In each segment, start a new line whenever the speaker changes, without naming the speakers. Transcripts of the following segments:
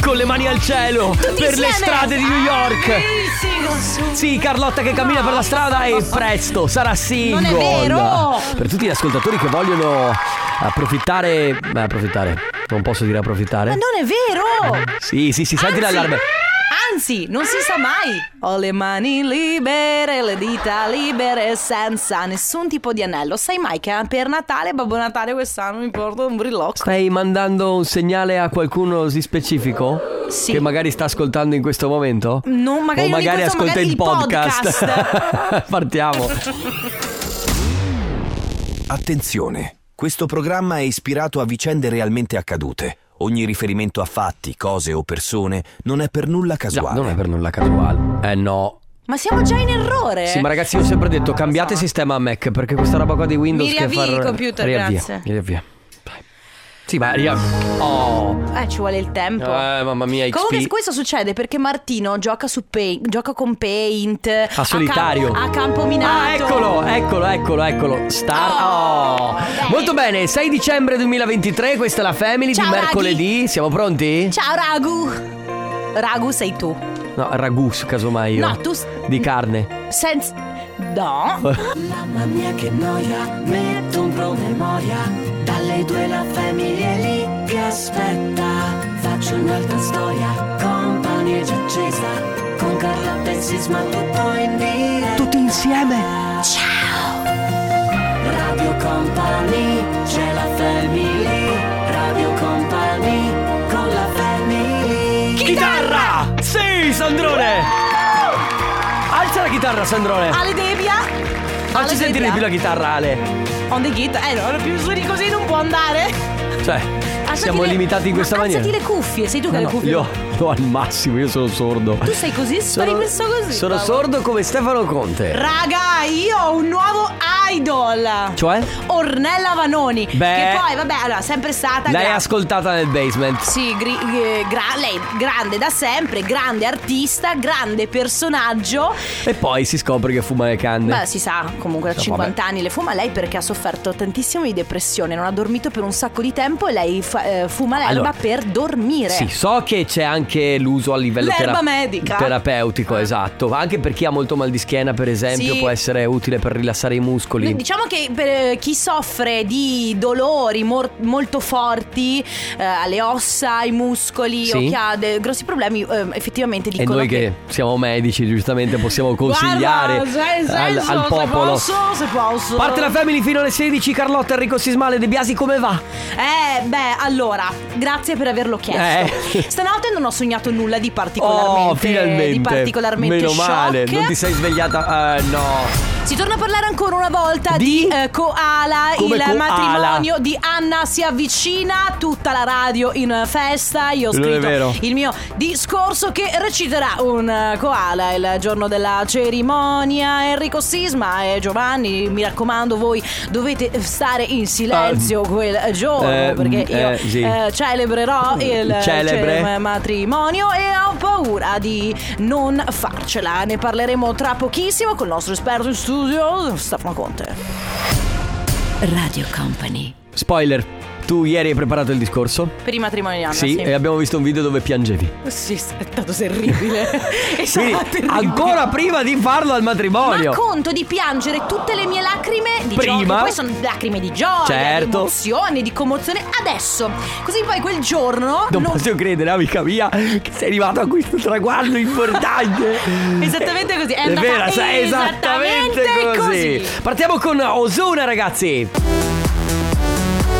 Con le mani al cielo per le
insieme? Ah.
strade di New York. Sì, Carlotta che cammina per la strada e presto sarà single.
vero!
Per tutti gli ascoltatori che vogliono approfittare, beh, approfittare, non posso dire approfittare.
Ma non è vero!
Sì, sì, sì, senti
Anzi-
l'allarme.
Anzi, non si sa mai. Ho le mani libere, le dita libere, senza nessun tipo di anello. Sai mai che per Natale, Babbo Natale quest'anno mi porto un brillocco.
Stai mandando un segnale a qualcuno di specifico?
Sì.
Che magari sta ascoltando in questo momento?
No, magari
o
non in
magari
questo,
ascolta
magari
il
il podcast.
Partiamo.
Attenzione, questo programma è ispirato a vicende realmente accadute. Ogni riferimento a fatti, cose o persone non è per nulla
Già,
casuale.
non è per nulla casuale. Eh no.
Ma siamo già in errore.
Sì, ma ragazzi, io ho sempre detto cambiate sistema a Mac perché questa roba qua di Windows
Mi
che
riavvii
fa
il computer,
riavvia,
grazie.
Riavvia. Dai. Sì, ma ria- Oh.
Eh, ci vuole il tempo.
Eh, mamma mia, XP.
Comunque questo succede perché Martino gioca, su Pain- gioca con Paint
A solitario.
A, campo- a campo minato
Ah, eccolo, eccolo, eccolo, eccolo. Star.
Oh,
Oh.
bene.
Molto bene, 6 dicembre 2023, questa è la Family
Ciao,
di mercoledì. Siamo pronti?
Ciao Ragu Ragu sei tu
No, ragù, su casomai io.
No, tu s-
Di carne.
Senza... No
Mamma mia che noia, metto un promemoria Dalle due la famiglia è lì che aspetta Faccio un'altra storia, compagnia già accesa Con Carlotta e Sisma tutto in diretta
Tutti insieme.
Radio Company, c'è la famiglia Radio Company, con la famiglia
Chitarra! Sì, Sandrone! Alza la chitarra, Sandrone.
Ale Debbia
Facci
Ale
sentire
Debbia.
di più la chitarra, Ale.
On the git Eh no, più su di così non può andare
Cioè, siamo
Alzati le-
limitati in
Ah, ma
questa maniera.
Alzati le cuffie Sei tu
No,
che hai
no,
le cuffie
io ho al massimo, io sono sordo.
Tu sei così
Sono-
sperimento così
Sono
Paolo.
sordo come Stefano Conte.
Raga, io ho un nuovo idol
Cioè?
Ornella Vanoni
Beh.
Che poi, vabbè, allora, sempre stata
L'hai
gra-
ascoltata nel basement.
Sì, gri- eh, gra- lei grande da sempre, grande artista, grande personaggio.
E poi si scopre che fuma le canne.
Beh, si sa, comunque da
No,
50
vabbè.
anni le fuma lei perché ha sofferto tantissimo di depressione, non ha dormito per un sacco di tempo e lei fa- eh, fuma l'erba
Allora,
per dormire.
Sì, so che c'è anche l'uso a livello
L'erba
tera-
medica. Ah.
terapeutico, esatto. Anche per chi ha molto mal di schiena, per esempio,
Sì.
può essere utile per rilassare i muscoli.
Diciamo che per eh, chi soffre di dolori mor- molto forti eh, alle ossa, ai muscoli o
Sì.
che ha de- grossi problemi, eh, effettivamente
E
dicono
noi che siamo medici, giustamente possiamo consigliare
Guarda, se- se-
al,
se-
al
se
popolo.
posso, se posso.
Parte la family fino alle 16, Carlotta, Enrico Sismale, De Biasi, come va?
Eh, beh, allora, grazie per averlo chiesto.
Eh.
Stanotte non ho sognato nulla di particolarmente
oh, finalmente.
di particolarmente
Meno
shock.
male, non ti sei svegliata. Eh, no.
Si torna a parlare ancora una volta di,
Di?
eh, Koala,
Come
il
Koala?
matrimonio di Anna si avvicina, tutta la radio in eh, festa. Io ho
Non è
scritto
vero.
il mio discorso che reciterà un eh, Koala il giorno della cerimonia. Enrico Sisma e Giovanni, mi raccomando, voi dovete stare in silenzio quel giorno
Ah, eh,
perché
mm,
io
eh, sì.
eh, celebrerò il
Celebre.
cere- matrimonio e ho paura di non farcela. Ne parleremo tra pochissimo con il nostro esperto in studio, Stefano Conte.
Radio Company
Spoiler. Tu ieri hai preparato il discorso?
Per i matrimoni di Anna,
Ah, sì, eh. e abbiamo visto un video dove piangevi.
Sì, è stato terribile. è
Quindi,
stato terribile.
ancora prima di farlo al matrimonio.
Ma conto di piangere tutte le mie lacrime di
Prima.
gioia. Poi sono lacrime di gioia, di
Certo.
emozione, di commozione. Adesso. Così poi quel giorno.
non posso credere, amica mia, che sei arrivato a questo traguardo importante.
Esattamente così, è
È
andata
vera, sai, esattamente
esattamente
così.
così.
Partiamo con Ozuna, ragazzi.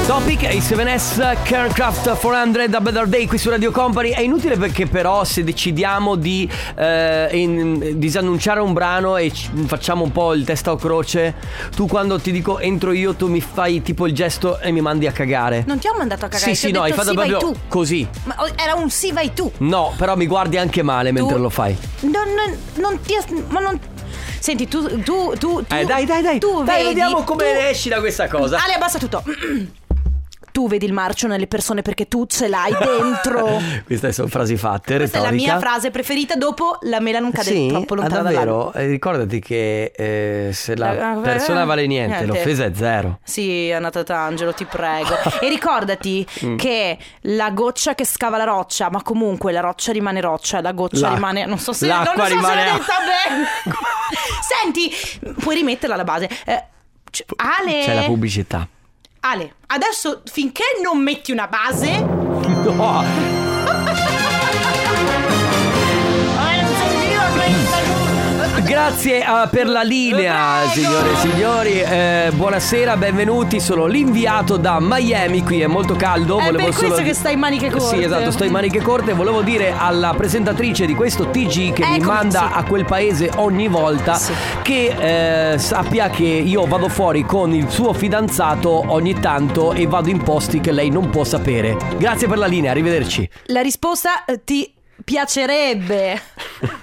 Topic is 7S Carecraft 400 A Better Day qui su Radio Company È inutile perché però se decidiamo di eh, in- disannunciare un brano E ci- facciamo un po' il testa o croce Tu quando ti dico entro io tu mi fai tipo il gesto e mi mandi a cagare
Non ti ho mandato a cagare.
Sì sì
ti ho
no hai
detto,
fatto
sì, vai
proprio
tu.
così
Ma oh, era un sì, vai tu.
No però mi guardi anche male mentre
Tu-
lo fai
Non, non, non ti. as- Ma non. Senti, tu. tu, tu, tu
Eh dai dai dai
Tu
Dai
vedi,
vediamo come
tu-
esci da questa cosa
Ale, abbassa tutto. tu vedi il marcio nelle persone perché tu ce l'hai dentro.
Queste sono frasi fatte,
Questa è la
retorica.
mia frase preferita dopo la mela non cade
sì,
troppo lontano
ah,
dall'albero.
davvero, Eh, ricordati che eh, se la
Eh,
persona vale niente,
niente.
l'offesa è zero.
Sì, Anna Tatangelo, ti prego. e ricordati
Mm.
che la goccia che scava la roccia, ma comunque la roccia rimane roccia, la goccia
La-
rimane. Non so se, non
l'acqua
so se l'ho
rimane
detta bene. Senti, puoi rimetterla alla base. Eh, c- Ale,
C'è la pubblicità.
Ale, adesso finché non metti una base.
Oh, No, Grazie eh, per la linea,
Prego.
signore e signori. Eh, buonasera, benvenuti. Sono l'inviato da Miami. Qui è molto caldo.
È per
volevo solo
questo che
di-
stai in maniche corte.
Sì, esatto, sto in maniche corte. Volevo dire alla presentatrice di questo TG che mi
Eccomi,
manda
sì.
a quel paese ogni volta
Sì.
che eh, sappia che io vado fuori con il suo fidanzato ogni tanto e vado in posti che lei non può sapere. Grazie per la linea, arrivederci.
La risposta eh, ti piacerebbe.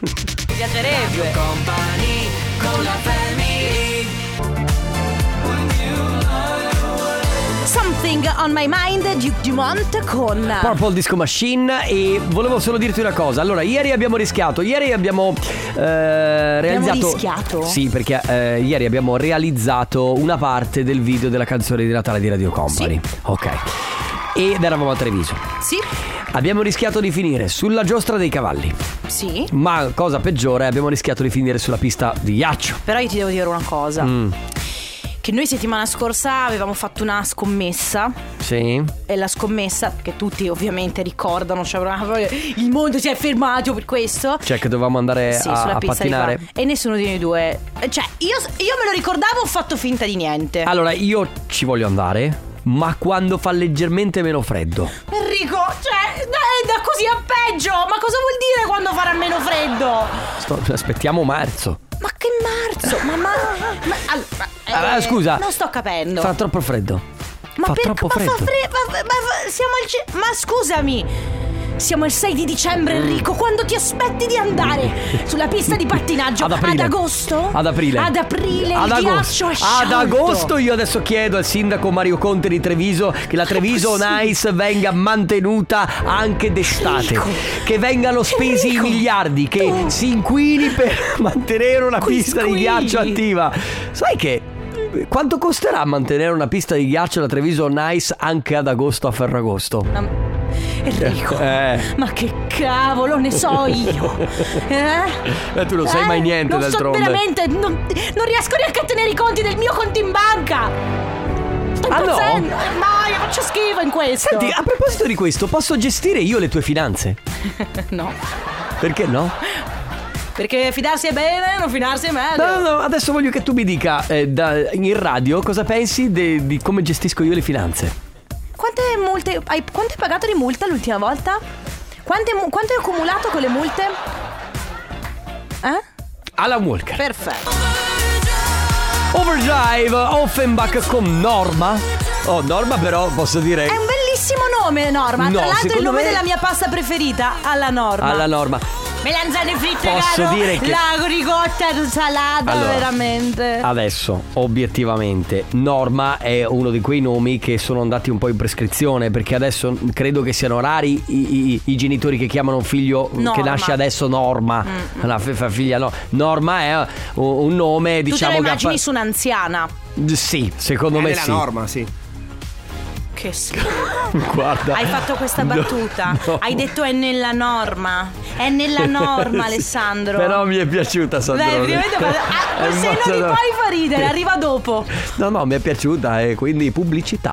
ti piacerebbe. Something on my mind, Duke Dumont con.
Purple Disco Machine e volevo solo dirti una cosa. Allora, ieri abbiamo rischiato, ieri abbiamo eh, realizzato
rischiato?
Sì, perché eh, ieri abbiamo realizzato una parte del video della canzone di Natale di Radio Company. Ok. Ed eravamo a Treviso.
Sì,
Abbiamo rischiato di finire sulla giostra dei cavalli,
sì.
ma cosa peggiore, abbiamo rischiato di finire sulla pista di ghiaccio.
Però io ti devo dire una cosa.
Mm.
Che noi settimana scorsa avevamo fatto una scommessa
Sì.
e la scommessa che tutti ovviamente ricordano, cioè, proprio il mondo si è fermato per questo.
Cioè che dovevamo andare
Sì,
a,
sulla
a
pista di qua.
pattinare.
E nessuno di noi due. Cioè, io, io me lo ricordavo, ho fatto finta di niente.
Allora, io ci voglio andare, ma quando fa leggermente meno freddo.
Enrico, cioè, da, da così a peggio. Ma cosa vuol dire quando farà meno freddo?
Sto- aspettiamo marzo.
Ma che marzo? Ma, ma, ma- all- ma-
Ah,
eh,
scusa.
Non sto capendo.
Fa troppo freddo.
ma
fa
perché-
troppo
ma
freddo.
fa fre- ma, ma- ma- siamo al ce- Ma scusami. Siamo il 6 di dicembre, Enrico. Quando ti aspetti di andare sulla pista di pattinaggio?
Ad aprile.
agosto?
Ad aprile.
Ad aprile
Ad
il
agosto.
ghiaccio è sciolto.
Ad agosto io adesso chiedo al sindaco Mario Conte di Treviso che la Treviso Nice venga mantenuta anche d'estate.
Enrico.
Che vengano spesi
Enrico.
i miliardi, che
Tu.
si inquini per mantenere una
Oh. Qui-
pista di
qui.
ghiaccio attiva. Sai che eh, quanto costerà mantenere una pista di ghiaccio la Treviso Nice anche ad agosto a Ferragosto?
Ma- Enrico,
Eh.
ma che cavolo ne so io? Eh?
Eh, tu non sai mai niente,
non so
d'altronde.
veramente, non, non riesco neanche a tenere i conti del mio conto in banca. Sto
Ah, no?
impazzendo, ma io faccio schifo in questo.
Senti, ah! a proposito di questo, posso gestire io le tue finanze?
No,
Perché no?
perché fidarsi è bene, non fidarsi è meglio.
No, no, no, adesso voglio che tu mi dica eh, da- in radio cosa pensi de- di come gestisco io le finanze.
Quante multe, hai, quanto hai pagato di multa l'ultima volta? Quante mu- quanto hai accumulato con le multe? Eh?
Alan Walker.
Perfetto.
Overdrive, Offenbach con Norma. Oh, Norma però posso dire...
È un bellissimo nome, Norma.
No,
Tra l'altro è il
secondo
nome
me-
della mia pasta preferita, alla Norma.
Alla Norma.
Melanzane fritte,
Posso
caro.
dire che-
La ricotta salata,
Allora, ah,
veramente.
Adesso, obiettivamente, Norma è uno di quei nomi che sono andati un po' in prescrizione perché adesso credo che siano rari i, i- i genitori che chiamano un figlio mm, che
Norma. Mm.
nasce adesso Norma. La f- fa figlia no. Norma è uh, un nome,
tu te
diciamo
lo
che
immagini
appa-
su un'anziana.
Sì, secondo me sì.
norma, sì.
Che schifo.
Guarda.
Hai fatto questa
No,
battuta.
no.
Hai detto è nella norma. È nella norma,
Sì,
Alessandro.
Però mi è piaciuta
Dai,
Sandrone.
veramente fa-
È
ah, quel senno di
molto-
poi fa ridere, arriva dopo.
No, no, mi è piaciuta e quindi pubblicità.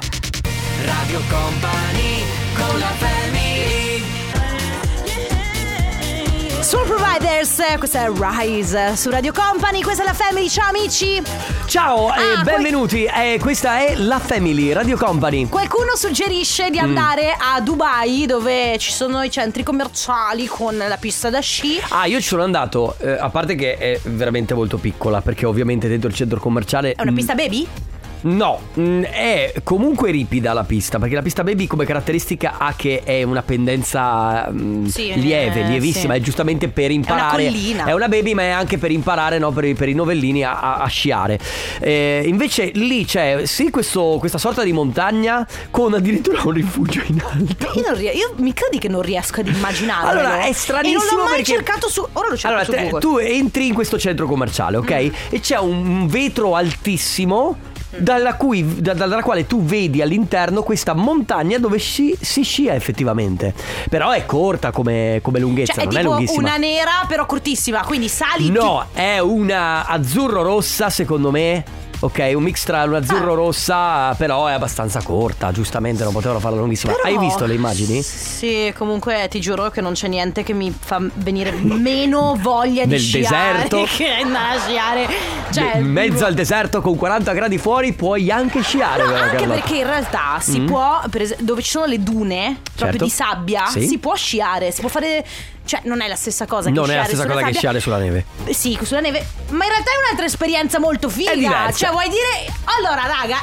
Soul Providers, eh, questa è Rise eh, su Radio Company, questa è la Family, ciao amici.
Ciao e
Ah,
benvenuti. Eh, questa è la Family Radio Company.
Qualcuno suggerisce di
Mm.
andare a Dubai dove ci sono i centri commerciali con la pista da sci.
Ah, io ci sono andato, eh, a parte che è veramente molto piccola, perché ovviamente dentro il centro commerciale...
È una pista baby?
Mm, No, mm, è comunque ripida la pista, perché la pista baby come caratteristica ha che è una pendenza mm,
Sì,
lieve,
eh,
lievissima,
sì.
è giustamente per imparare.
collina.
è una baby, ma è anche per imparare, no, per, i- per i novellini a, a- a sciare. Eh, invece lì c'è sì questo- questa sorta di montagna con addirittura un rifugio in alto.
Io, non rie- io mi credi che non riesco ad immaginarlo.
Allora, è stranissimo
E non l'ho mai
perché-
cercato su. Ora lo cerco
Allora,
su
te-
Google.
tu entri in questo centro commerciale, ok?
Mm.
E c'è un vetro altissimo. Dalla, cui- da- dalla quale tu vedi all'interno questa montagna dove sci- si scia effettivamente. Però è corta come, come lunghezza,
Cioè, è
non è
tipo
lunghissima.
una nera, però cortissima. Quindi sali.
No, è una azzurro-rossa, secondo me. Ok, un mix tra
Ah.
un'azzurro-rossa, però è abbastanza corta, giustamente, non potevano farla lunghissima.
Però-
Hai visto le immagini?
Sì, comunque ti giuro che non c'è niente che mi fa venire meno voglia di
Nel
sciare
deserto.
che andare a sciare. Cioè,
in mezzo al deserto con 40 gradi fuori puoi anche sciare.
No,
guarda,
anche
Carlotta.
perché in realtà si può, per es- dove ci sono le dune, proprio
Mm. Certo.
di sabbia,
Sì.
si può sciare, si può fare... Cioè, non è la stessa cosa che
Non è
sciare
la stessa
sulla
cosa che
sabbia.
sciare sulla neve.
Sì, sulla neve. Ma in realtà è un'altra esperienza molto
È
figa.
diversa.
Cioè, vuoi dire. Allora, raga,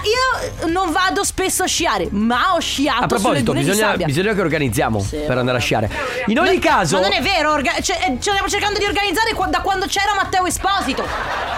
io non vado spesso a sciare, ma ho sciato
A proposito,
sulle dune
bisogna,
di sabbia.
bisogna che organizziamo per andare a sciare. In ogni caso,
Ma non è vero, orga- cioè, eh, ci stiamo cercando di organizzare qua- da quando c'era Matteo Esposito.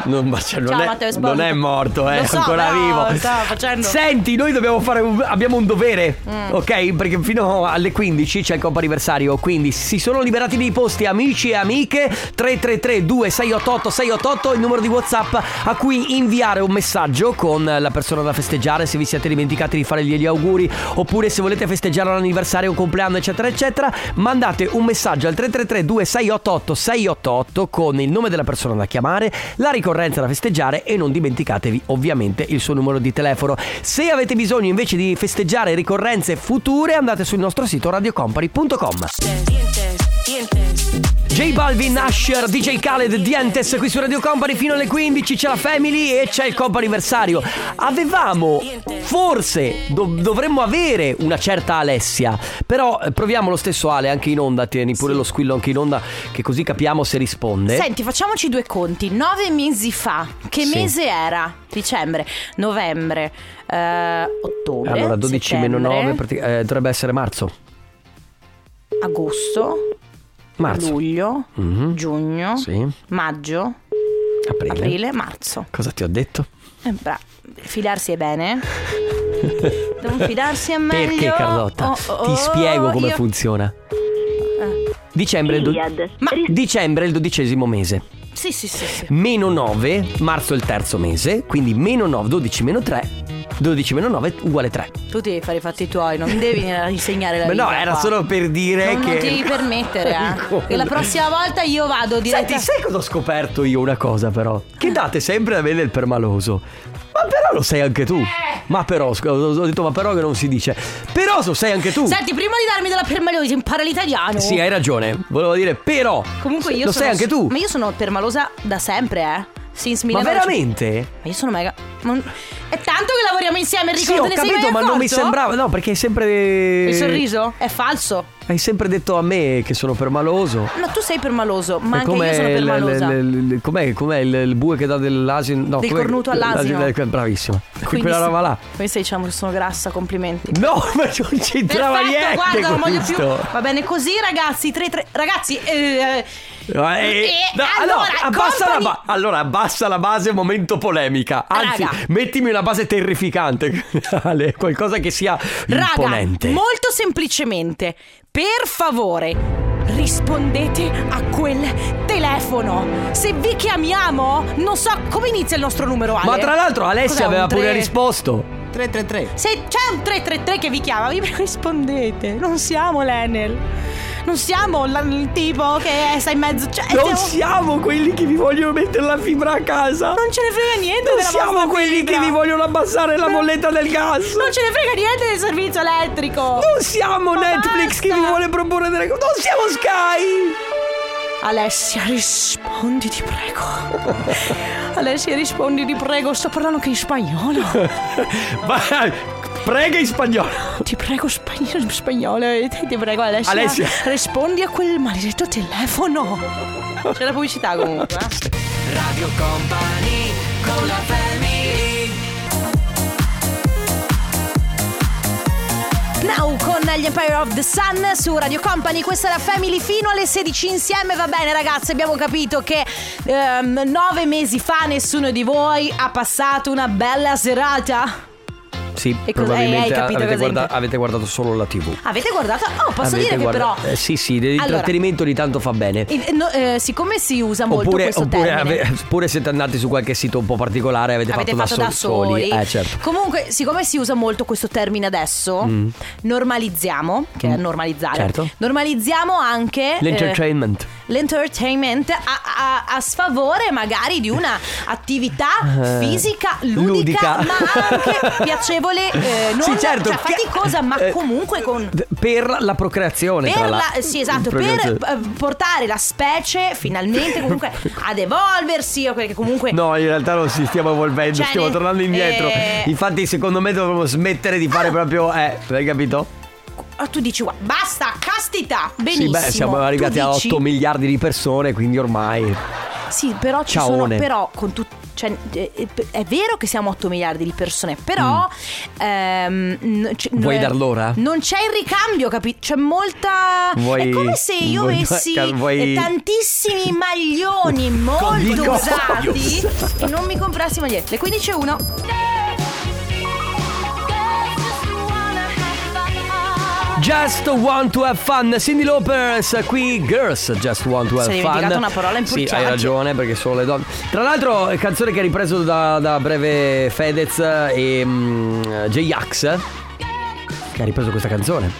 non, ma cioè, non
Ciao,
è,
Matteo Esposito.
non è morto, è
Lo so,
ancora
però
vivo.
stava facendo- Mm.
Senti, noi dobbiamo fare un, abbiamo un dovere, ok? Perché fino alle 15 c'è il compo anniversario. Quindi si sono liberati dei posti, amici e amiche. 333-2688-688 il numero di WhatsApp a cui inviare un messaggio con la persona da festeggiare. Se vi siete dimenticati di fargli gli auguri, oppure se volete festeggiare un anniversario, un compleanno, eccetera, eccetera, mandate un messaggio al 333-2688-688 con il nome della persona da chiamare, la ricorrenza da festeggiare e non dimenticatevi ovviamente il suo numero di telefono. Se avete bisogno invece di festeggiare ricorrenze future, andate sul nostro sito radiocompany.com. J Balvin, Asher, DJ Khaled, Dientes qui su Radio Company fino alle 15 c'è la Family e c'è il compo anniversario. Avevamo, forse do- dovremmo avere una certa Alessia, però eh, proviamo lo stesso Ale anche in onda, tieni pure lo squillo anche in onda che così capiamo se risponde.
Senti, facciamoci due conti. Nove mesi fa, che
Sì.
mese era? Dicembre, novembre, eh, ottobre.
allora 12 meno
settembre,
9 prati- eh, dovrebbe essere marzo.
Agosto,
Marzo.
luglio,
Mhm.
giugno,
Sì.
maggio,
Aprile.
aprile, marzo.
Cosa ti ho detto?
Eh, bra- fidarsi è bene. Non fidarsi è meglio.
Perché Carlotta?
Oh, oh,
Ti spiego come
io- Eh.
funziona. Dicembre, è il do-
Ma-
dicembre è il dodicesimo mese.
Sì, sì, sì, sì.
Meno 9, marzo è il terzo mese, quindi meno 9, 12 meno 3, 12 meno 9 uguale 3.
Tu devi fare i fatti tuoi, non devi insegnare la
Beh,
vita.
no, era
qua.
solo per dire
Non,
che...
non ti devi permettere, eh. E la prossima volta io vado diretta.
Senti, sai cosa ho scoperto io una cosa però? Che date sempre a me del permaloso. Ma però lo sai anche tu.
Eh.
Ma però, scusa, ho detto ma però che non si dice. Però lo sai anche tu.
Senti, prima di darmi della permalosa, impara l'italiano.
Sì, hai ragione. Volevo dire però.
Comunque io
lo
sono
sai anche tu.
Ma io sono permalosa da sempre, eh. Since
Ma
1900
veramente?
Ma io sono mega. ma non- È tanto che lavoriamo insieme, Enrico.
Sì, ho
te ne sei
capito,
mai
ma non mi
accorto?
sembrava. No, perché hai sempre.
Il sorriso è falso.
Hai sempre detto a me che sono permaloso.
No, tu sei permaloso, ma
È
anche
come
io sono
il-
permalosa.
il- il- il- com'è, com'è il, il bue che dà dell'asino? No,
Del
com'è-
cornuto all'asino.
l'asino- eh, Bravissimo.
Quindi
quella
se-
roba là.
Quindi diciamo che sono grassa, complimenti.
No, ma non c'entrava
Perfetto,
niente.
guarda, non voglio più.
questo.
Va bene così, ragazzi. Tre, tre, ragazzi, eh,
No, eh,
Eh,
no,
allora,
allora, abbassa
company-
la ba- allora, abbassa la base, momento polemica. Anzi,
Raga.
mettimi una base terrificante. Ale, Qualcosa che sia
raga,
imponente.
molto semplicemente, per favore. Rispondete a quel telefono. Se vi chiamiamo, non so come inizia il nostro numero. Ale.
ma tra l'altro, Alessia
Cos'è, un
aveva pure
tre?
risposto.
333.
Se c'è un 333 che vi chiama, vi rispondete. Non siamo l'Enel. Non siamo la- il tipo che sta in mezzo. Cioè,
Non
siamo-
siamo quelli che vi vogliono mettere la fibra a casa.
non ce ne frega niente
Non
della
siamo
vostra
quelli
fibra.
che vi vogliono abbassare la bolletta del gas.
Non ce ne frega niente del servizio elettrico.
Non siamo
Ma
Netflix
basta.
che vi vuole proporre delle cose. Non siamo Sky.
Alessia, rispondi ti prego. Alessia, rispondi ti prego. Sto parlando anche in spagnolo.
Vai, prega in spagnolo.
Ti prego, spagnolo, spagnolo. eh, Ti prego, Alessia.
Alessia.
Rispondi a quel maledetto telefono. C'è la pubblicità comunque. eh.
Radio Company con la family.
Now con gli Empire of the Sun su Radio Company, questa è la Family fino alle 16 insieme, va bene ragazzi, abbiamo capito che ehm, nove mesi fa nessuno di voi ha passato una bella serata.
Sì,
E cos'è? Hai
probabilmente
capito
avete,
cosa
guarda-
inter-
avete guardato solo la TV.
Avete guardato? Oh, posso
Avete
dire che
guarda-
però...
eh, sì, sì,
Allora,
l'intrattenimento ogni tanto fa bene.
il- no, eh, siccome si usa molto
Oppure,
questo
oppure,
termine
ave- oppure siete andati su qualche sito un po' particolare e avete,
avete fatto, da,
sol-
soli.
Eh, certo. Mm.
Comunque, siccome si usa molto questo termine adesso, normalizziamo, che è normalizzare,
Certo.
normalizziamo anche eh,
L'entertainment.
l'entertainment a, a- a sfavore magari di una attività
Eh,
fisica, ludica,
ludica.
ma anche piacevole, eh, non
Sì, certo,
cioè,
che-
faticosa, ma
eh,
comunque con...
D- Per la procreazione, tra
Per la,
l'altro.
sì, esatto, per
Procreazione.
eh, portare la specie finalmente comunque ad evolversi o perché comunque
No, in realtà non si stiamo evolvendo,
Cioè,
stiamo
ne-
tornando indietro.
eh.
Infatti, secondo me dovremmo smettere di fare proprio. Eh, hai capito?
Ah, tu dici, guarda, basta, castità,
Sì,
benissimo.
beh, siamo
Tu
arrivati a
dici-
8 miliardi di persone, quindi ormai.
Sì, però ci sono,
Ciaone.
però con tut- cioè, eh, eh, è vero che siamo 8 miliardi di persone, però... ehm, n- c-
Mm. Vuoi
n-
dar l'ora?
Non c'è il ricambio, capito? C'è molta...
Vuoi-
è come se io
vuoi-
avessi
ca- vuoi-
eh, tantissimi maglioni molto
dico-
usati e non mi comprassi i maglioni. Le 15 e 1.
Just want to have fun. Cindy Lopez, qui Girls Just want to have
Sei
fun.
dimenticata una parola
Sì,
impulciante.
hai ragione, perché solo le donne. Tra l'altro, è canzone che ha ripreso da, da breve Fedez e mm, J-Ax. Che ha ripreso questa canzone.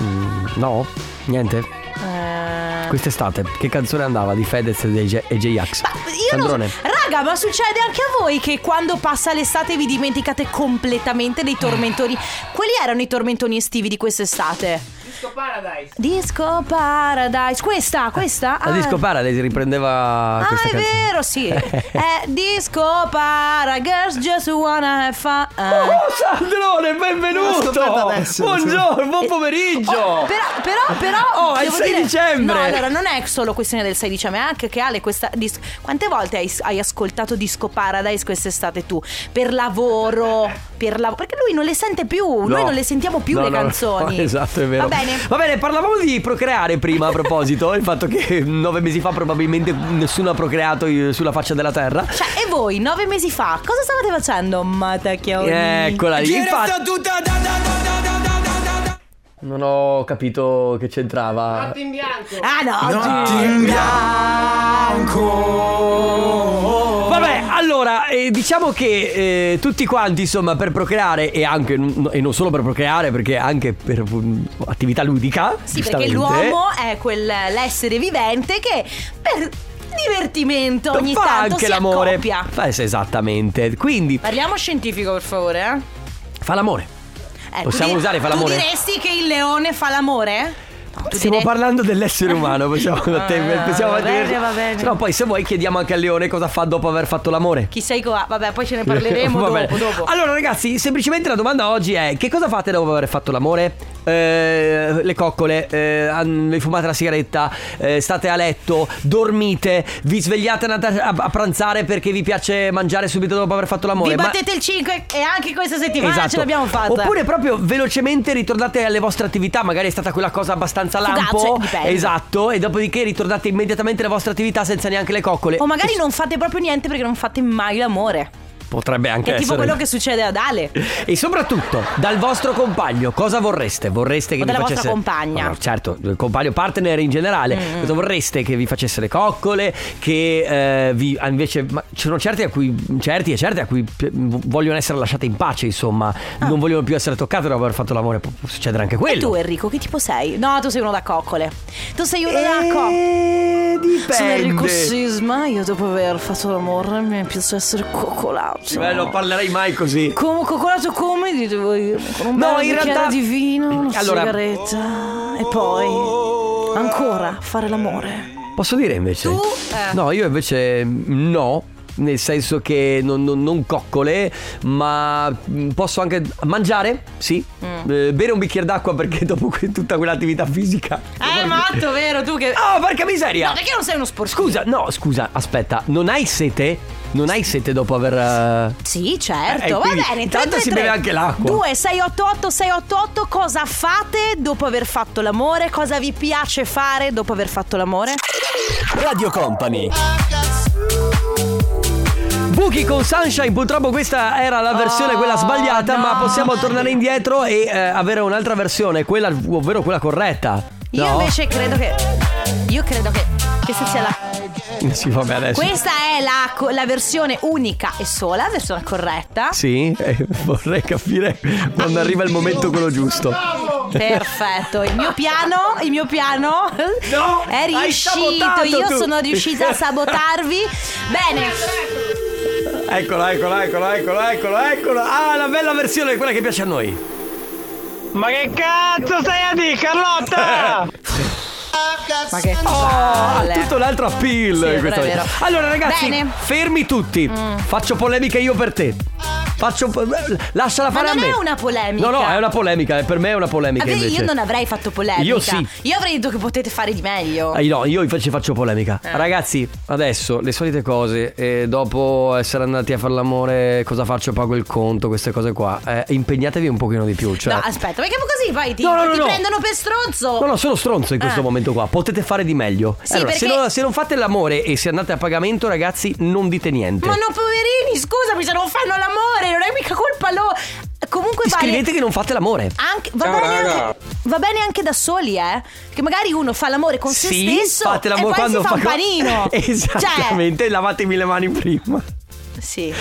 Mm, no? Niente?
Eh.
Quest'estate, che canzone andava di Fedez e dei J- e J-Ax?
Io non
Sandrone.
so- Raga, ma succede anche a voi che quando passa l'estate vi dimenticate completamente dei tormentoni. Quali erano i tormentoni estivi di quest'estate? Disco Paradise. Disco Paradise. Questa, questa?
La
Ah.
disco Paradise riprendeva
Ah,
questa
è
canzone.
vero, sì. Eh, disco para, girls just wanna have fun.
Oh, Sandrone, benvenuto! Buongiorno, buon pomeriggio!
Oh, però, però, però
Oh, è il
devo
6
dire-
dicembre.
No, allora non è solo questione del 6 dicembre, è anche che Ale questa dis- quante volte hai, hai ascoltato Disco Paradise quest'estate tu? Per lavoro, per lavoro, perché lui non le sente più, noi
No.
non le sentiamo più
No,
le
no, no,
canzoni.
esatto, è vero.
Va bene.
parlavamo di procreare prima a proposito, il fatto che nove mesi fa probabilmente nessuno ha procreato eh, sulla faccia della terra.
Cioè, e voi nove mesi fa cosa stavate facendo? Matacchioni.
Eccola lì, infatti. Non ho capito che c'entrava.
Ah no,
Vabbè, allora, eh, diciamo che eh, tutti quanti, insomma, per procreare e anche n- e non solo per procreare, perché anche per mm, attività ludica,
Sì, perché
giustamente.
l'uomo è quell'essere vivente che per divertimento ogni
fa
tanto
anche
si
l'amore.
accoppia.
Fa- sì, esattamente. Quindi
Parliamo scientifico, per favore, eh?
fa l'amore.
Eh,
Possiamo
tu
usare fa l'amore?
Tu diresti che il leone fa l'amore? No, tu
Stiamo
dire-
parlando dell'essere umano, possiamo, te-
Ah, va
possiamo
bene,
dire.
va bene.
Però poi se vuoi chiediamo anche al leone cosa fa dopo aver fatto l'amore.
Chi sei qua? Vabbè, poi ce ne parleremo
Va bene.
dopo, dopo.
Allora ragazzi, semplicemente la domanda oggi è che cosa fate dopo aver fatto l'amore? Eh, le coccole, eh, an- vi fumate la sigaretta, eh, state a letto, dormite, vi svegliate andate a, a pranzare perché vi piace mangiare subito dopo aver fatto l'amore.
Vi
ma-
battete il 5 e anche questa settimana
Esatto.
ce l'abbiamo fatta.
Oppure proprio velocemente ritornate alle vostre attività, magari è stata quella cosa abbastanza lampo.
Fugace, dipende.
Esatto, e dopodiché ritornate immediatamente alle vostre attività senza neanche le coccole.
O magari non fate proprio niente perché non fate mai l'amore.
Potrebbe anche
Che è tipo
essere.
quello che succede ad Ale.
E soprattutto, dal vostro compagno, cosa vorreste? Vorreste che
O
vi
dalla
facesse.
vostra compagna. Mm.
No, no, certo, il compagno partner in generale. Cosa vorreste che vi facesse le coccole? Che eh, vi. ah, Invece. Ma ci sono certi a cui. Certi e certe a cui pi- vogliono essere lasciate in pace, insomma. Non vogliono più essere toccate dopo aver fatto l'amore. Può può succedere anche quello.
Ah. E tu Enrico, che tipo sei? No, tu sei uno da coccole. Tu sei uno da coccole.
Eh, dipende.
Sono Enrico Sisma, io dopo aver fatto l'amore mi piace essere coccolato.
Beh, non parlerei mai così.
Come coccolato come di- devo dire, con un
No,
bel
in
bicchiere
realtà-
di vino, una
Allora-
sigaretta e poi ancora fare l'amore.
Posso dire invece?
Tu, eh.
No, io invece mm, no. Nel senso che non, non- non coccole, ma mm, posso anche mangiare, sì.
Mm.
Eh, bere un bicchiere d'acqua perché dopo que- tutta quell'attività fisica.
Eh, matto, vero tu che
Oh, porca miseria!
non sei uno sportivo?
Scusa, no, scusa, aspetta, non hai sete? Non hai sete dopo aver. eh,
Sì, certo.
Eh,
Va
quindi
bene.
intanto si beve anche l'acqua.
2 688 688 cosa fate dopo aver fatto l'amore? Cosa vi piace fare dopo aver fatto l'amore?
Radio Company.
Buchi con Sunshine, purtroppo questa era la versione
Oh,
quella sbagliata,
no.
ma possiamo tornare indietro e eh, avere un'altra versione, quella, ovvero quella corretta.
Io
No?
invece credo che io credo che questa sia la
Sì, vabbè, adesso.
questa è la, co- la versione unica e sola, la versione corretta.
Sì, eh, vorrei capire quando arriva il momento quello giusto.
Perfetto, il mio piano, il mio piano
No,
è
hai
riuscito,
sabotato
io
tu.
sono riuscita a sabotarvi. Bene,
Eccola, eccola, eccola, eccola, eccola, eccola. Ah, la bella versione, quella che piace a noi.
Ma che cazzo stai a dire, Carlotta?
ma che
Ah,
palle.
tutto un altro appeal.
però è
questa
vero.
volta. Allora, ragazzi,
Bene. Mm.
fermi tutti. Faccio polemica io per te. Faccio. po- eh, Lasciala
Ma
fare
non
a me.
è una polemica.
No, no, è una polemica. eh, Per me è una polemica.
Vabbè,
invece.
io non avrei fatto polemica.
Io sì.
Io avrei detto che potete fare di meglio.
Eh, no, io ci faccio polemica.
Eh.
Ragazzi, adesso le solite cose. eh, dopo essere andati a fare l'amore, cosa faccio? Pago il conto, queste cose qua. Eh, impegnatevi un pochino di più. Cioè...
No, aspetta, perché così poi ti,
No, no, no,
ti
no.
prendono per stronzo.
No, no, sono stronzo in questo
Ah.
momento qua. Potete fare di meglio.
Sì,
allora, se,
perché-
non, se non fate l'amore e se andate a pagamento, ragazzi, non dite niente.
Ma no, poverini, scusami se non fanno l'amore, non è mica colpa loro. Comunque vale. Ah,
Scrivete che non fate l'amore.
Anche, va, bene anche, va bene anche da soli, eh. Che magari uno fa l'amore con se
sì,
stesso
fate l'amore
e poi
quando
si fa un
co- Esatto.
panino.
Esattamente, lavatevi le mani prima.
Cioè, sì.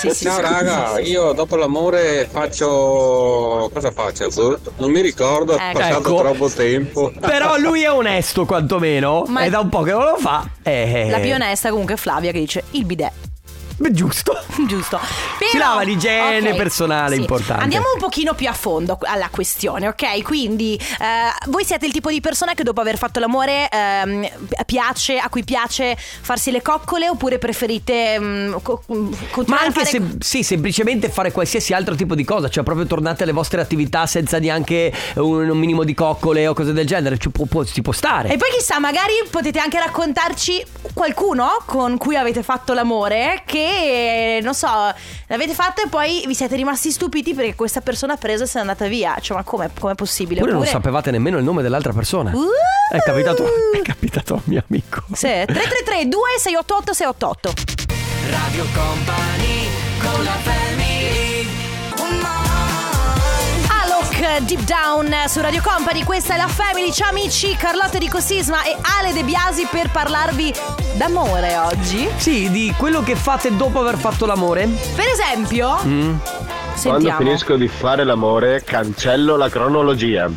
Sì, sì,
Ciao
scusa.
raga, io dopo l'amore faccio... cosa faccio? Boh, Non mi ricordo, è
Ecco.
passato
Ecco.
troppo tempo.
Però lui è onesto quantomeno.
Ma-
è da un po' che non lo fa. Eh,
La più onesta comunque è Flavia che dice il bidet.
Beh, giusto.
Giusto.
Si
Però-
lava l'igiene
Ok,
personale,
sì.
importante.
Andiamo un pochino più a fondo alla questione, ok? Quindi eh, voi siete il tipo di persona che dopo aver fatto l'amore ehm, pi- piace, a cui piace farsi le coccole oppure preferite mm, co- continuare
Ma anche
a fare...
se, sì, semplicemente fare qualsiasi altro tipo di cosa, cioè proprio tornate alle vostre attività senza neanche un, un minimo di coccole o cose del genere, ci può, può- si può stare.
E poi chissà, magari potete anche raccontarci qualcuno con cui avete fatto l'amore che, non so, l'avete fatto e poi vi siete rimasti stupiti perché questa persona ha preso e se n'è andata via. Cioè, ma com'è, com'è possibile?
Oppure non
Oppure-
sapevate nemmeno il nome dell'altra persona.
Uh!
È capitato, è capitato a un mio amico.
Sì, 333 2688 688 Alok Deep Down eh, su Radio Company, questa è la Family, ciao amici, Carlotta di Cosisma e Ale De Biasi per parlarvi d'amore oggi.
Sì, di quello che fate dopo aver fatto l'amore.
Per esempio,
Mm. Quando
sentiamo.
finisco di fare l'amore cancello la cronologia.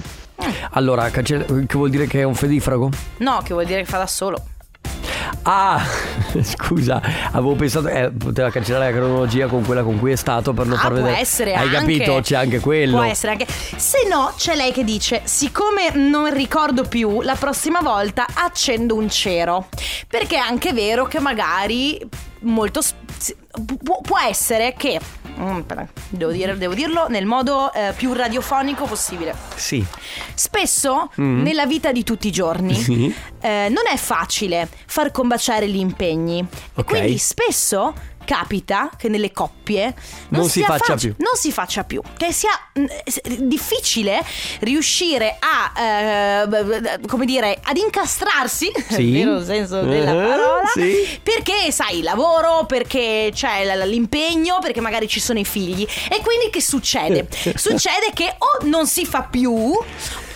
Allora, cance- che vuol dire che è un fedifrago?
No, che vuol dire che fa da solo.
Ah, scusa, avevo pensato eh, poteva cancellare la cronologia con quella con cui è stato per non
Ah,
far
può
vedere.
essere
Hai
anche.
capito? C'è anche quello.
Può essere anche. Se no, c'è lei che dice: Siccome non ricordo più, la prossima volta accendo un cero. Perché è anche vero che magari molto. s- si- pu- pu- può essere che. mm, aspetta, Devo, dire- devo dirlo nel modo eh, più radiofonico possibile.
Sì.
Spesso nella vita di tutti i giorni
Mm. Sì.
eh, non è facile far combaciare gli impegni. E
Ok.
quindi spesso capita che nelle coppie
Non si
sia
faccia
faci-
più.
Non si faccia più. Che sia mm, s- difficile riuscire a, eh, b- b- come dire, ad incastrarsi,
Sì.
nel senso della
Eh,
parola,
sì.
perché sai il lavoro, perché c'è l- l- l'impegno, perché magari ci sono i figli. E quindi che succede? succede che o non si fa più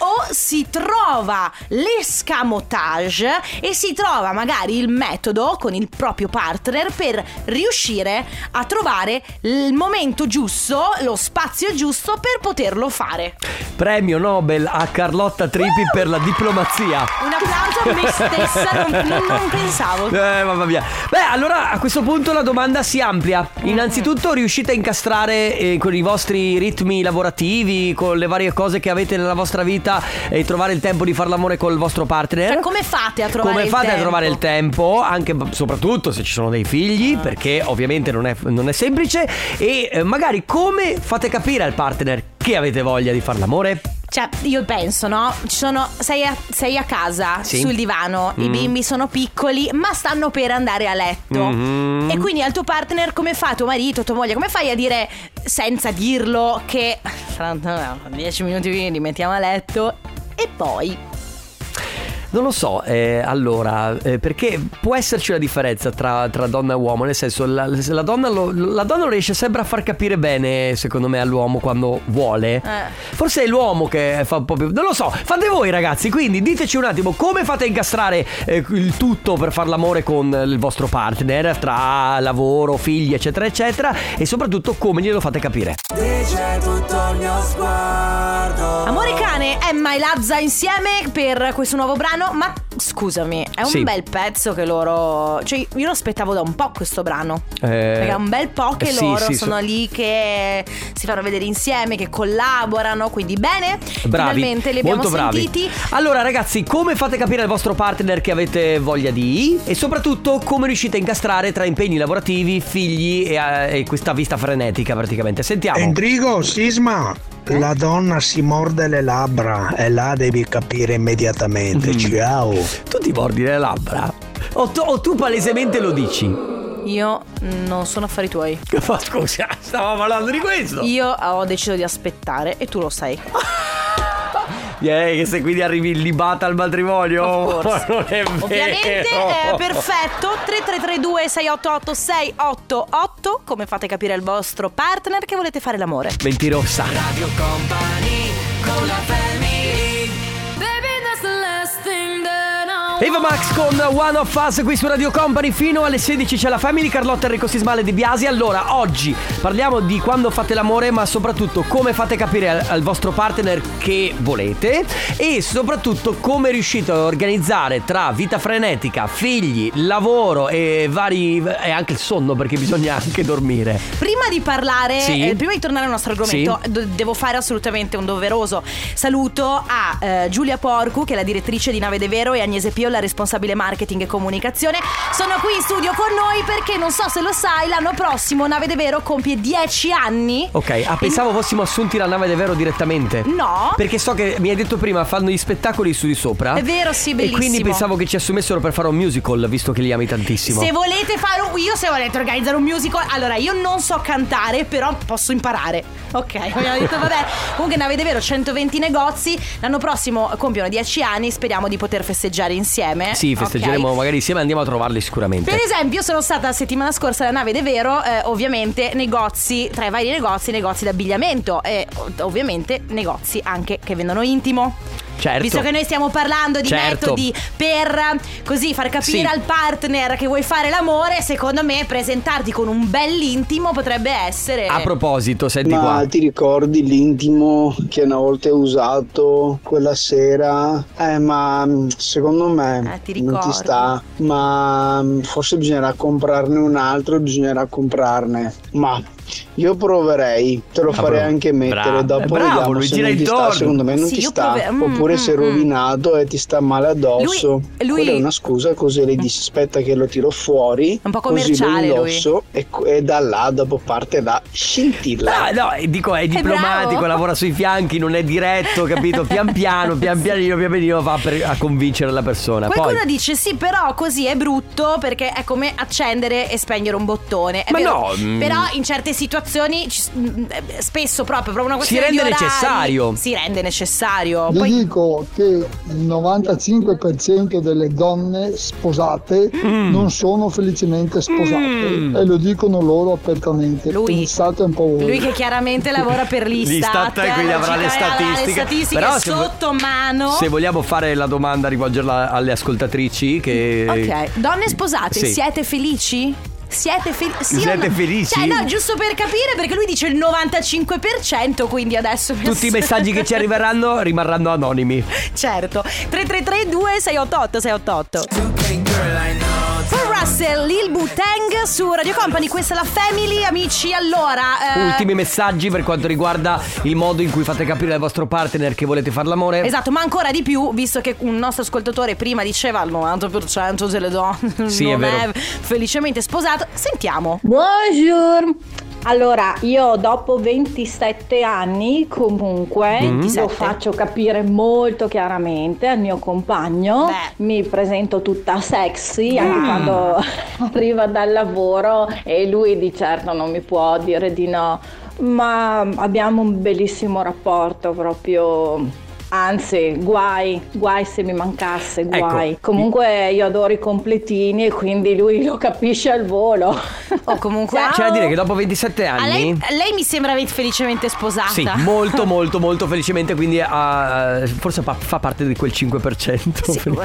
o si trova l'escamotage e si trova magari il metodo con il proprio partner per riuscire a trovare il momento giusto, lo spazio giusto per poterlo fare.
Premio Nobel a Carlotta Trippi per la diplomazia.
Un applauso a me stessa, non, non- non pensavo. Cioè,
Eh, mamma mia. Beh, allora a questo punto la domanda si amplia. Innanzitutto, riuscite a incastrare eh, con i vostri ritmi lavorativi, con le varie cose che avete nella vostra vita e trovare il tempo di far l'amore col vostro partner?
Cioè, come fate a trovare
Eh? Come
il
fate a
tempo?
trovare il tempo? Anche soprattutto se ci sono dei figli, perché ovviamente non è, non è semplice. E eh, magari come fate capire al partner che avete voglia di far l'amore?
Cioè, io penso, no? Ci sono, sei, a, sei a casa
Sì. Mm.
sul divano, i bimbi sono piccoli, ma stanno per andare a letto.
Mm-hmm.
E quindi al tuo partner, come fa tuo marito, tua moglie, come fai a dire senza dirlo che fra no, 10 minuti quindi li mettiamo a letto e poi
Non lo so, eh, allora, eh, perché può esserci una differenza tra, tra donna e uomo, nel senso la, la donna lo, la donna lo riesce sempre a far capire bene, secondo me, all'uomo quando vuole.
Eh.
Forse è l'uomo che fa un po' più... Non lo so, fate voi ragazzi, quindi diteci un attimo come fate a incastrare eh, il tutto per far l'amore con il vostro partner, tra lavoro, figli, eccetera, eccetera, e soprattutto come glielo fate capire.
Amore cane, Emma e Lazza insieme per questo nuovo brano, ma scusami, è un
Sì.
bel pezzo che loro... Cioè, io lo aspettavo da un po' questo brano. Perché è un bel po' che
eh, sì,
loro
sì,
sono
so-
lì che si fanno vedere insieme, che collaborano, quindi bene.
Bravi,
Finalmente li abbiamo
molto bravi.
sentiti.
Allora ragazzi, come fate capire al vostro partner che avete voglia di e soprattutto come riuscite a incastrare tra impegni lavorativi, figli e, eh, e questa vista frenetica praticamente? Sentiamo.
Enrico, sisma. La donna si morde le labbra e là devi capire immediatamente. Ciao.
tu ti mordi le labbra? O tu, o tu palesemente lo dici?
Io non sono affari tuoi.
Ma Scusa, stavo parlando di questo.
Io ho deciso di aspettare e tu lo sai.
Eh, che se quindi arrivi libata al matrimonio.
Of
Ma
course.
non è vero.
Ovviamente
oh,
è perfetto 3332 688 688 Come fate capire al vostro partner che volete fare l'amore
Mentirosa. Eva Max con One of Us qui su Radio Company fino alle 16 c'è la Family Carlotta Enrico Sismale di Biasi. Allora, oggi parliamo di quando fate l'amore, ma soprattutto come fate capire al, al vostro partner che volete e soprattutto come riuscite a organizzare tra vita frenetica, figli, lavoro e vari e anche il sonno perché bisogna anche dormire.
Prima di parlare,
Sì.
eh, prima di tornare al nostro argomento, do- devo fare assolutamente un doveroso saluto a eh, Giulia Porcu, che è la direttrice di Nave De Vero, e Agnese Pio, la responsabile marketing e comunicazione. Sono qui in studio con noi perché non so se lo sai, l'anno prossimo Nave De Vero compie 10 anni.
Ok, ah, pensavo fossimo assunti la nave davvero direttamente.
No.
Perché so che mi hai detto prima fanno gli spettacoli su di sopra.
È vero, sì,
E quindi
bellissimo.
pensavo che ci assumessero per fare un musical, visto che li ami tantissimo.
Se volete fare un, io se volete organizzare un musical, allora io non so cantare, però posso imparare. Ok, abbiamo detto vabbè. Comunque Nave De Vero 120 negozi, l'anno prossimo compiono 10 anni, speriamo di poter festeggiare insieme.
Sì, festeggeremo
Ok.
magari insieme, andiamo a trovarli sicuramente.
Per esempio, sono stata la settimana scorsa alla nave De Vero, eh, ovviamente negozi, tra i vari negozi, negozi d'abbigliamento e ov- ovviamente negozi anche che vendono intimo.
Certo.
Visto che noi stiamo parlando di
Certo.
metodi per eh, così far capire
Sì.
al partner che vuoi fare l'amore, secondo me presentarti con un bell'intimo potrebbe essere
A proposito, senti qua.
ti ricordi l'intimo che una volta hai usato quella sera? Eh, ma secondo
Eh, ti non ti ricordi. sta.
Ma mm, forse bisognerà comprarne un altro e bisognerà comprarne. Ma io proverei, te lo
Ah, farei bravo. anche mettere, Bravo. dopo Eh, bravo, vediamo lui se gira non ti sta, intorno. secondo
me
non Sì, ti io sta, prove- mm, oppure mm, sei mm.
rovinato e ti sta male
addosso. Lui- lui- Quella è una
scusa, così le dici aspetta che lo tiro fuori.
Un po' così lo commerciale, lui. indosso
e, da là dopo parte la scintilla.
Ah, no, eh, dico, è diplomatico,
bravo.
lavora sui fianchi, non è diretto, capito? Pian piano, pian pianino, pian pianino va per- a convincere la persona. Poi,
Qualcuno dice sì, però così è brutto perché è come accendere e spegnere un bottone. È
Ma
vero,
no, mm.
Però in certe situazioni ci- mm, eh, spesso proprio, proprio una questione
rende
di orari,
necessario.
Si rende necessario.
Vi
Poi
dico che il 95% delle donne sposate
Mm.
non sono felicemente sposate
Mm.
e lo dicono loro apertamente.
Lui-
Pensate un po' voi.
lui che chiaramente lavora per l'Istat,
L'Istat e quindi avrà
ci
le statistiche.
le statistiche
Però se vo-
sotto mano.
se vogliamo fare la domanda, rivolgerla alle ascoltatrici che...
Ok, donne sposate,
Eh, Sì.
siete felici? Siete, fel- sì o
Siete
no?
felici?
Cioè, no, giusto per capire, perché lui dice il 95%, quindi adesso
Tutti i messaggi che ci arriveranno rimarranno anonimi.
Certo 3332 688 688 For Russell, Lil Butang su Radio Company Questa è la Family, amici Allora eh,
Ultimi messaggi per quanto riguarda il modo in cui fate capire al vostro partner che volete far l'amore.
Esatto, ma ancora di più, visto che un nostro ascoltatore prima diceva il 90% delle donne
Sì, è
non
vero.
felicemente sposato, sentiamo.
Buongiorno, Allora, io dopo 27 anni comunque
Mm.
lo
27.
faccio capire molto chiaramente al mio compagno, mi presento tutta sexy anche
Mm.
quando arriva dal lavoro e lui di certo non mi può dire di no, ma abbiamo un bellissimo rapporto proprio... Anzi, guai, guai se mi mancasse, guai. Comunque io adoro i completini e quindi lui lo capisce al volo.
O comunque
C'è da dire che dopo 27 anni...
A lei, a lei mi sembra felicemente sposata.
Sì, molto molto molto felicemente, quindi ah, forse pa- fa parte di quel 5%. perché-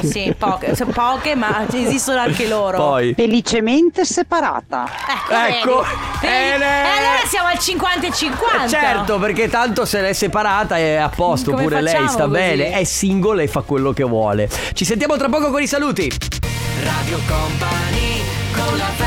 Sì, poche, cioè, poche, ma esistono anche loro.
Poi. eh,
Felicemente separata.
Ecco,
Vedi?
bene.
E allora siamo al 50 e 50.
Eh, Certo, perché tanto se l'è separata è a posto,
Come
pure lei
facciamo
sta
così?
bene, è single e fa quello che vuole. Ci sentiamo tra poco con i saluti.
Radio Company con la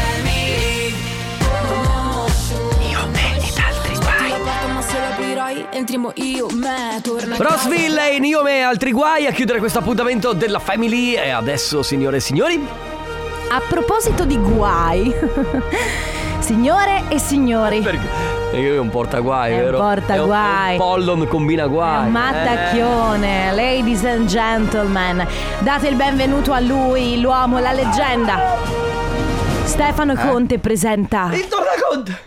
Io, me ed altri
Ma se l'aprirai entriamo io, me, torna a casa.
Rosville in Io e altri guai a chiudere questo appuntamento della Family e adesso signore e signori
A proposito di guai, signore e signori,
Perché è un portaguai,
È un
vero? È
portaguai.
un, un pollon combina guai.
Eh.
un mattacchione, ladies and gentlemen, date il benvenuto a lui, l'uomo, la leggenda. Stefano
Eh?
Conte presenta.
Il Tornaconte!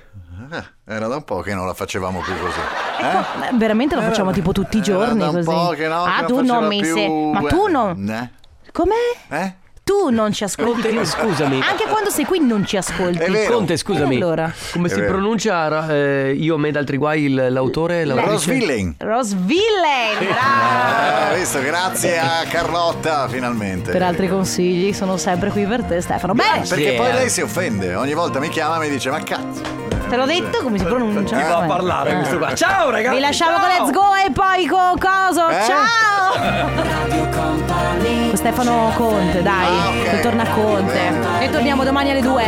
Era da un po' che non la facevamo più così.
Ma Veramente lo facciamo tipo tutti i giorni
Eh. da un
così.
po' che no, che
ah,
non
tu
faceva
non mi
più-
sei. Ma tu non.
Eh?
Com'è?
Eh?
Tu non ci ascolti.
Conte,
più.
scusami.
Anche quando sei qui non ci ascolti.
Conte, scusami.
E Allora.
Come
È
si
vero.
pronuncia ra- eh, io, me ed altri guai, il- l'autore? l'autrice?
Rosville.
Rosville!
Eh.
Ah, visto, grazie a Carlotta finalmente.
Per altri consigli sono sempre qui per te Stefano. Bene,
Perché poi lei si offende, ogni volta mi chiama e mi dice "Ma cazzo".
Te l'ho detto come si pronuncia?
Ti fa
Eh.
parlare questo qua. Ciao, ragazzi,
Vi lasciamo
ciao.
con Let's Go e poi con Coso.
Eh?
Ciao! Con Stefano Conte, dai. che torna Conte. E torniamo domani alle 2.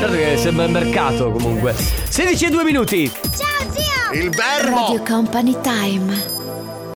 Certo che sembra il mercato comunque. 16 e 2 minuti.
Ciao zio!
Il
Radio Company Time.